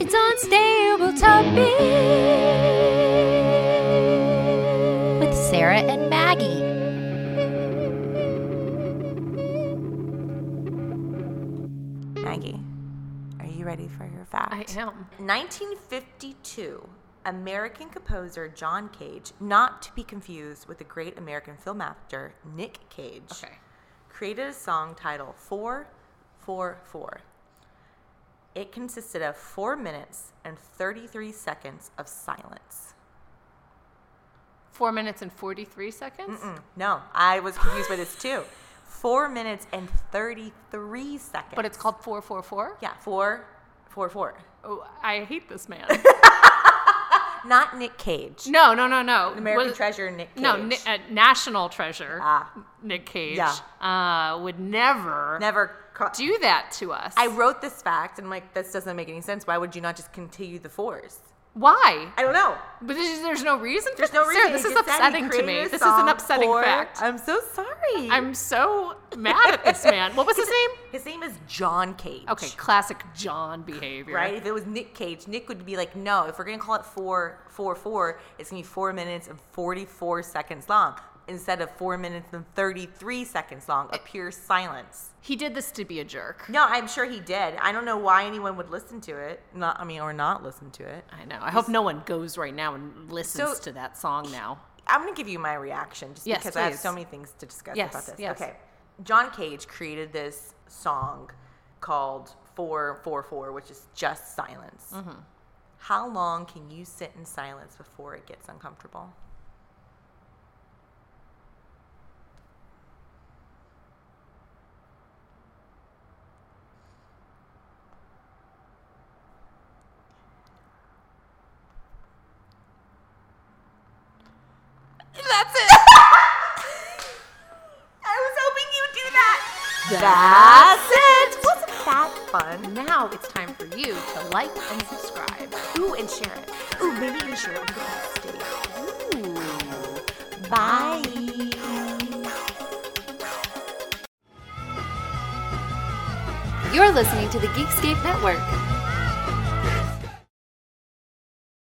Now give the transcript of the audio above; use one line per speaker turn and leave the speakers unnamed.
It's Unstable Topic with Sarah and Maggie.
Maggie, are you ready for your fact?
I am.
1952, American composer John Cage, not to be confused with the great American film actor Nick Cage,
Okay.
created a song titled 444. It consisted of 4 minutes and 33 seconds of silence.
Four minutes and 43 seconds?
Mm, No, I was confused by this too. 4 minutes and 33 seconds.
But it's called 444?
Yeah, 444.
Oh, I hate this man.
Not Nick Cage.
No, no, no, no.
American
Was-
Treasure, Nick Cage.
No, ni- uh, national treasure.
Ah.
Nick Cage
Yeah.
uh, would never
Never. Ca-
do that to us.
I wrote this fact and I'm like, this doesn't make any sense. Why would you not just continue the force?
Why?
I don't know.
But there's, there's no reason.
There's
for
no
this.
reason.
Sarah, this
He
is
just said he
upsetting to me.
created a
This is an
song
upsetting
for-
fact.
I'm so sorry.
I'm so mad at this man. What was his name?
His name is John Cage.
Okay, classic John behavior.
Right? If it was Nick Cage, Nick would be like, no, if we're going to call it 444, it's going to be 4 minutes and 44 seconds long instead of 4 minutes and 33 seconds long of pure silence.
He did this to be a jerk.
No, I'm sure he did. I don't know why anyone would listen to it. Not, I mean, or not listen to it.
I know. I hope no one goes right now and listens
So-
to that song now.
I'm going to give you my reaction just
Yes,
because I have
please.
so many things to discuss
Yes,
about this.
yes.
Okay. John Cage created this song called 444, which is just silence.
Mm-hmm.
How long can you sit in silence before it gets uncomfortable?
That's it.
I was hoping you'd do that.
That's
it. Wasn't that fun?
Now it's time for you to like and subscribe.
Ooh, and share it. Ooh, maybe even share it with your bestie. Bye.
You're listening to the Geekscape Network.